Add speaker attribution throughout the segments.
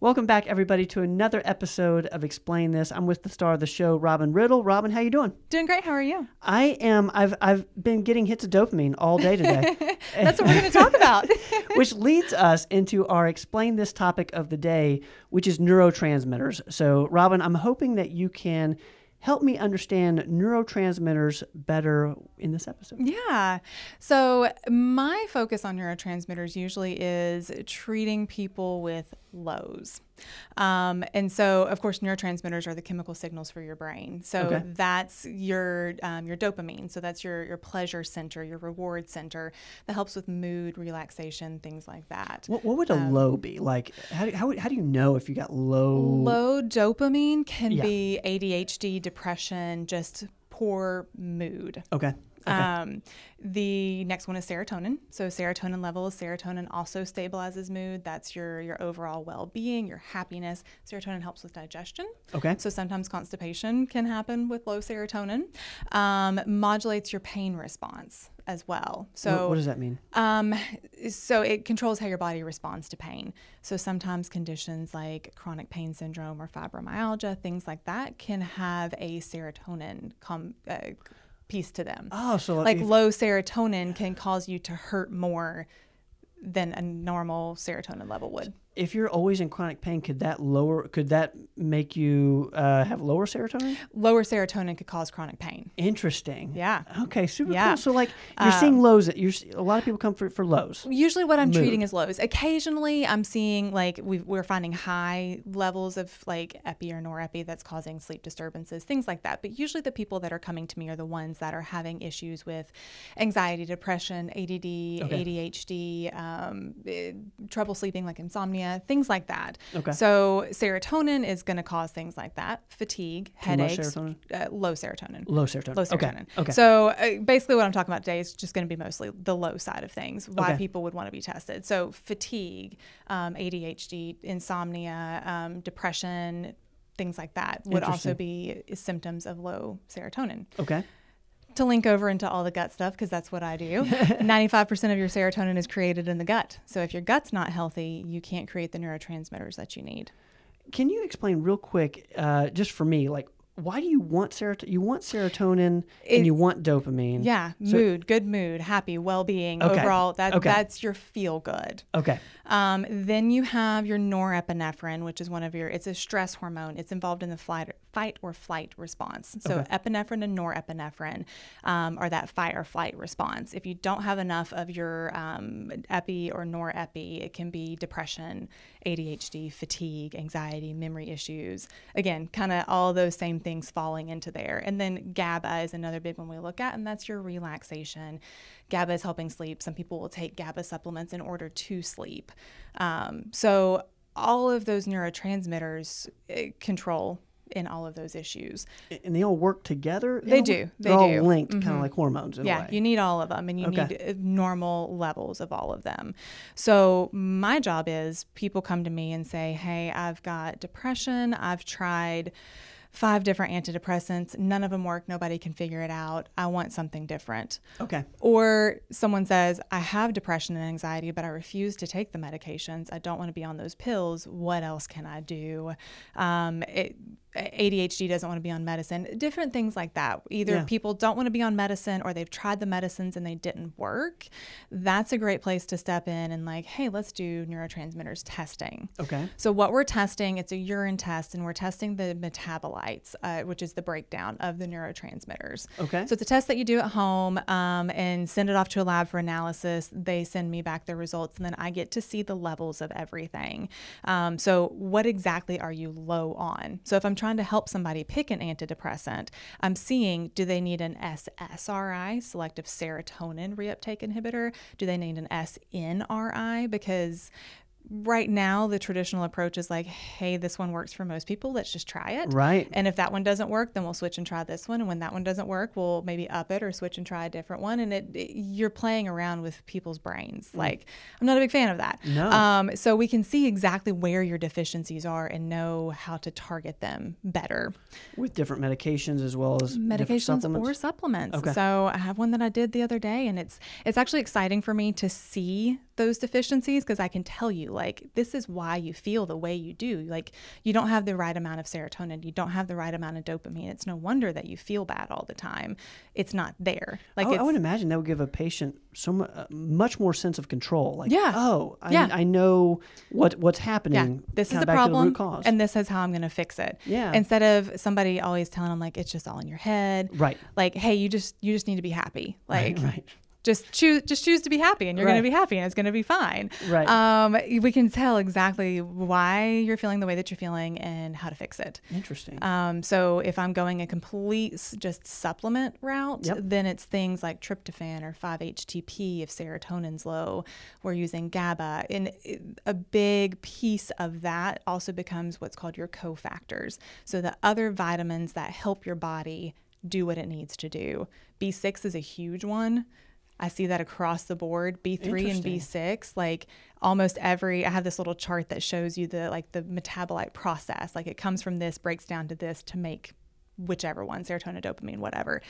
Speaker 1: Welcome back, everybody, to another episode of Explain This. I'm with the star of the show, Robin Riddle. Robin, how you doing?
Speaker 2: Doing great. How are you?
Speaker 1: I am. I've I've been getting hits of dopamine all day today,
Speaker 2: That's what we're going to talk about.
Speaker 1: which leads us into our Explain This topic of the day, which is neurotransmitters. So, Robin, I'm hoping that you can help me understand neurotransmitters better in this episode.
Speaker 2: yeah. So, my focus on neurotransmitters usually is treating people with lows. Um, and so, of course, neurotransmitters are the chemical signals for your brain. So
Speaker 1: Okay.
Speaker 2: that's your um, your dopamine. So that's your your pleasure center, your reward center that helps with mood, relaxation, things like that.
Speaker 1: What, what would a low be? Like, how do, how, how do you know if you got low?
Speaker 2: Low dopamine can
Speaker 1: Yeah.
Speaker 2: be ADHD, depression, just poor mood.
Speaker 1: Okay. Okay.
Speaker 2: Um, the next one is serotonin. So serotonin levels. Serotonin also stabilizes mood. That's your your overall well being, your happiness. Serotonin helps with digestion.
Speaker 1: okay.
Speaker 2: So sometimes constipation can happen with low serotonin. Um, modulates your pain response as well.
Speaker 1: Wha-
Speaker 2: So
Speaker 1: what does that mean?
Speaker 2: um, so it controls how your body responds to pain. So sometimes conditions like chronic pain syndrome or fibromyalgia, things like that, can have a serotonin com- uh, piece to them.
Speaker 1: Oh, so
Speaker 2: like
Speaker 1: if-
Speaker 2: low serotonin can cause you to hurt more than a normal serotonin level would.
Speaker 1: if you're always in chronic pain, could that lower? Could that make you uh, have lower serotonin?
Speaker 2: Lower serotonin could cause chronic pain.
Speaker 1: Interesting.
Speaker 2: Yeah.
Speaker 1: Okay. Super
Speaker 2: Yeah. Uh,
Speaker 1: cool. So like you're seeing lows. You're s- a lot of people come for for lows.
Speaker 2: Usually, what I'm treating is lows. Occasionally, I'm seeing like we we're finding high levels of like epi or norepi that's causing sleep disturbances, things like that. But usually, the people that are coming to me are the ones that are having issues with anxiety, depression, ADD, ADHD, um, eh, trouble sleeping, like insomnia, things like that.
Speaker 1: Okay.
Speaker 2: So, serotonin is going to cause things like that fatigue,
Speaker 1: much
Speaker 2: headaches,
Speaker 1: serotonin?
Speaker 2: Uh, low serotonin.
Speaker 1: Low serotonin.
Speaker 2: Low
Speaker 1: Okay.
Speaker 2: serotonin.
Speaker 1: Okay.
Speaker 2: So uh, basically, what I'm talking about today is just going to be mostly the low side of things, why
Speaker 1: Okay.
Speaker 2: people would want to be tested. So fatigue, um, ADHD, insomnia, um, depression, things like that would also be symptoms of low serotonin.
Speaker 1: okay.
Speaker 2: To link over into all the gut stuff, because that's what I do, 95% of your serotonin is created in the gut. So if your gut's not healthy, you can't create the neurotransmitters that you need.
Speaker 1: Can you explain real quick, uh, just for me, like why do you want serotonin? You want serotonin and you want dopamine.
Speaker 2: Yeah, mood, good mood, happy, well-being,
Speaker 1: Okay.
Speaker 2: overall, that,
Speaker 1: Okay.
Speaker 2: that's your feel good.
Speaker 1: Okay.
Speaker 2: Um, then you have your norepinephrine, which is one of your. It's a stress hormone. It's involved in the flight, fight or flight response. So epinephrine and norepinephrine um, are that fight or flight response. If you don't have enough of your um, epi or norepi, it can be depression, ADHD, fatigue, anxiety, memory issues. Again, kind of all those same things falling into there. And then GABA is another big one we look at, and that's your relaxation. GABA is helping sleep. Some people will take GABA supplements in order to sleep. Um, so all of those neurotransmitters eh, control in all of those issues.
Speaker 1: And they all work together. in
Speaker 2: They
Speaker 1: a way?
Speaker 2: do. They
Speaker 1: They're all
Speaker 2: do. Mm-hmm.
Speaker 1: linked, kind of like hormones. In
Speaker 2: yeah,
Speaker 1: A way.
Speaker 2: you need all of them and you
Speaker 1: Okay.
Speaker 2: need uh, normal levels of all of them. So, my job is people come to me and say, Hey, I've got depression. I've tried five different antidepressants. None of them work. Nobody can figure it out. I want something different.
Speaker 1: okay.
Speaker 2: Or someone says, I have depression and anxiety, but I refuse to take the medications. I don't want to be on those pills. What else can I do? Um, it, ADHD doesn't want to be on medicine. Different things like that. Either
Speaker 1: Yeah.
Speaker 2: people don't want to be on medicine or they've tried the medicines and they didn't work. That's a great place to step in and, like, hey, let's do neurotransmitters testing.
Speaker 1: Okay.
Speaker 2: So what we're testing, it's a urine test, and we're testing the metabolites, uh, which is the breakdown of the neurotransmitters.
Speaker 1: Okay.
Speaker 2: So it's a test that you do at home um, and send it off to a lab for analysis. They send me back their results, and then I get to see the levels of everything. Um, so what exactly are you low on? So if I'm trying to help somebody pick an antidepressant, I'm seeing do they need an SSRI, selective serotonin reuptake inhibitor? Do they need an SNRI? Because right now the traditional approach is like hey this one works for most people let's just try it
Speaker 1: Right.
Speaker 2: and if that one doesn't work then we'll switch and try this one and when that one doesn't work we'll maybe up it or switch and try a different one and it, it- you're playing around with people's brains like i'm not a big fan of that
Speaker 1: Mm. No.
Speaker 2: um, so we can see exactly where your deficiencies are and know how to target them better
Speaker 1: With different medications as well as different
Speaker 2: medications
Speaker 1: supplements.
Speaker 2: or supplements.
Speaker 1: Okay.
Speaker 2: So I have one that I did the other day, and it's it's actually exciting for me to see those deficiencies because I can tell you, like, this is why you feel the way you do. Like, you don't have the right amount of serotonin, you don't have the right amount of dopamine. It's no wonder that you feel bad all the time. It's not there. Like,
Speaker 1: Oh, I, I
Speaker 2: it's,
Speaker 1: would imagine that would give a patient so mu- uh, much more sense of control. Like,
Speaker 2: Yeah.
Speaker 1: oh, I,
Speaker 2: Yeah.
Speaker 1: I know what what's happening.
Speaker 2: yeah, this is
Speaker 1: kinda
Speaker 2: the
Speaker 1: back
Speaker 2: problem,
Speaker 1: To the root cause.
Speaker 2: and this is how I'm going to fix it.
Speaker 1: Yeah.
Speaker 2: Instead of somebody always telling them like it's just all in your head.
Speaker 1: Right.
Speaker 2: Like, hey, you just you just need to be happy. Like, uh,
Speaker 1: right.
Speaker 2: just choose just choose to be happy and you're going
Speaker 1: Right.
Speaker 2: to be happy and it's going to be fine
Speaker 1: Right.
Speaker 2: um, we can tell exactly why you're feeling the way that you're feeling and how to fix it
Speaker 1: Interesting.
Speaker 2: um, so if i'm going a complete s- just supplement route
Speaker 1: Yep.
Speaker 2: then it's things like tryptophan or 5-htp if serotonin's low we're using gaba and it- a big piece of that also becomes what's called your cofactors so the other vitamins that help your body do what it needs to do b6 is a huge one I see that across the board, B3 and B6, like almost every I have this little chart that shows you the like the metabolite process, like it comes from this, breaks down to this to make whichever one, serotonin, dopamine, whatever.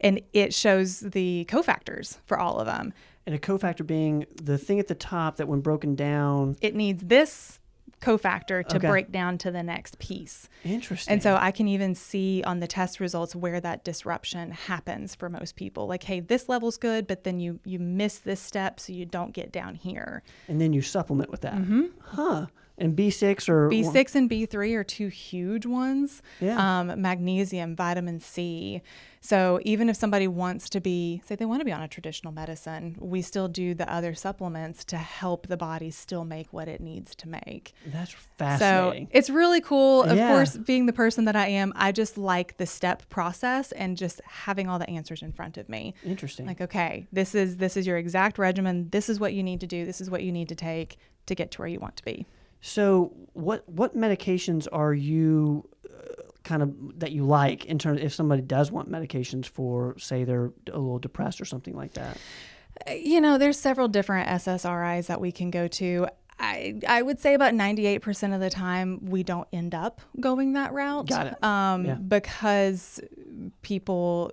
Speaker 2: And it shows the cofactors for all of them.
Speaker 1: and a cofactor being the thing at the top that, when broken down,
Speaker 2: It needs this cofactor to
Speaker 1: Okay.
Speaker 2: break down to the next piece.
Speaker 1: interesting.
Speaker 2: And so I can even see on the test results where that disruption happens for most people. Like, hey, this level's good, but then you you miss this step, so you don't get down here.
Speaker 1: and then you supplement with that.
Speaker 2: Mm-hmm.
Speaker 1: Huh. And B6 or
Speaker 2: B6 and B3 are two huge ones.
Speaker 1: Yeah.
Speaker 2: Um, magnesium, vitamin C. So even if somebody wants to be, say they want to be on a traditional medicine, we still do the other supplements to help the body still make what it needs to make.
Speaker 1: That's
Speaker 2: So
Speaker 1: fascinating.
Speaker 2: it's really cool. Of
Speaker 1: Yeah.
Speaker 2: course, being the person that I am, I just like the step process and just having all the answers in front of me.
Speaker 1: interesting.
Speaker 2: Like, okay, this is this is your exact regimen. This is what you need to do. This is what you need to take to get to where you want to be.
Speaker 1: So what what medications are you uh, kind of that you like in terms if somebody does want medications for say they're a little depressed or something like that?
Speaker 2: you know, there's several different SSRIs that we can go to. I, I would say about 98% of the time we don't end up going that route.
Speaker 1: Got it.
Speaker 2: Um,
Speaker 1: Yeah.
Speaker 2: Because people,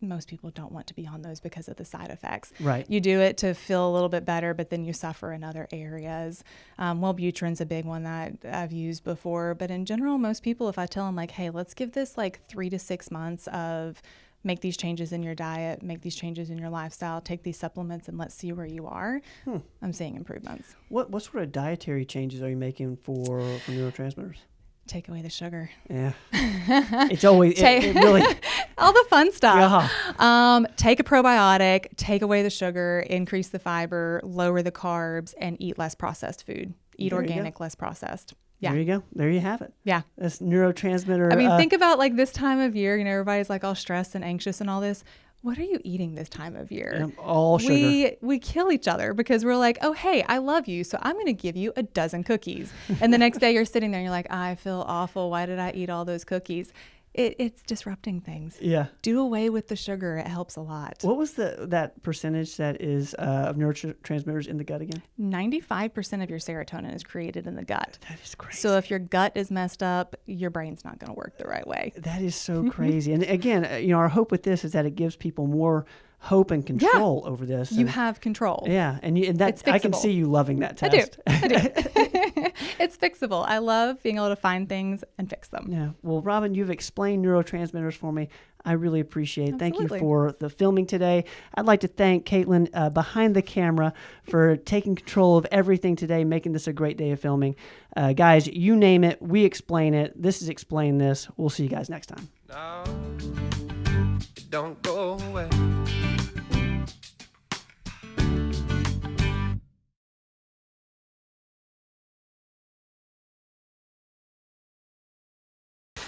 Speaker 2: most people don't want to be on those because of the side effects.
Speaker 1: Right.
Speaker 2: You do it to feel a little bit better, but then you suffer in other areas. Um, Wellbutrin's a big one that I've used before, but in general, most people, if I tell them like, "Hey, let's give this like three to six months of make these changes in your diet, make these changes in your lifestyle, take these supplements, and let's see where you are,"
Speaker 1: Hmm.
Speaker 2: I'm seeing improvements.
Speaker 1: What what sort of dietary changes are you making for for neurotransmitters?
Speaker 2: Take away the sugar,
Speaker 1: Yeah. it's always it,
Speaker 2: Take-
Speaker 1: it really
Speaker 2: all the fun stuff.
Speaker 1: yeah.
Speaker 2: Um, take a probiotic, take away the sugar, increase the fiber, lower the carbs, and eat less processed food. Eat
Speaker 1: There you go.
Speaker 2: organic, less processed. Yeah.
Speaker 1: There you go. There you have it.
Speaker 2: Yeah.
Speaker 1: That's neurotransmitter.
Speaker 2: I mean,
Speaker 1: uh,
Speaker 2: think about like this time of year, you know, everybody's like all stressed and anxious and all this. What are you eating this time of year?
Speaker 1: um, all sugar.
Speaker 2: We we kill each other because we're like, oh hey, I love you, so I'm gonna give you a dozen cookies. And the next day you're sitting there and you're like, I feel awful. Why did I eat all those cookies? It, it's disrupting things.
Speaker 1: yeah.
Speaker 2: Do away with the sugar. It helps a lot.
Speaker 1: What was the that percentage that is uh, of neurotransmitters in the gut again?
Speaker 2: 95% of your serotonin is created in the gut.
Speaker 1: That is crazy.
Speaker 2: So if your gut is messed up, your brain's not going to work the right way.
Speaker 1: That is so crazy. And again, uh, you know, our hope with this is that it gives people more hope and control over this.
Speaker 2: You
Speaker 1: and-
Speaker 2: have control.
Speaker 1: yeah, and, you, and that
Speaker 2: It's
Speaker 1: I can
Speaker 2: fixable.
Speaker 1: see you loving that
Speaker 2: I do.
Speaker 1: test.
Speaker 2: I do. it's fixable. I love being able to find things and fix them.
Speaker 1: Yeah. Well, Robin, you've explained neurotransmitters for me. I really appreciate. it. Thank you
Speaker 2: Absolutely.
Speaker 1: for the filming today. I'd like to thank Caitlin uh, behind the camera for taking control of everything today, making this a great day of filming. Uh, guys, you name it, we explain it. This is explain this. We'll see you guys next time.
Speaker 3: No, it don't go away.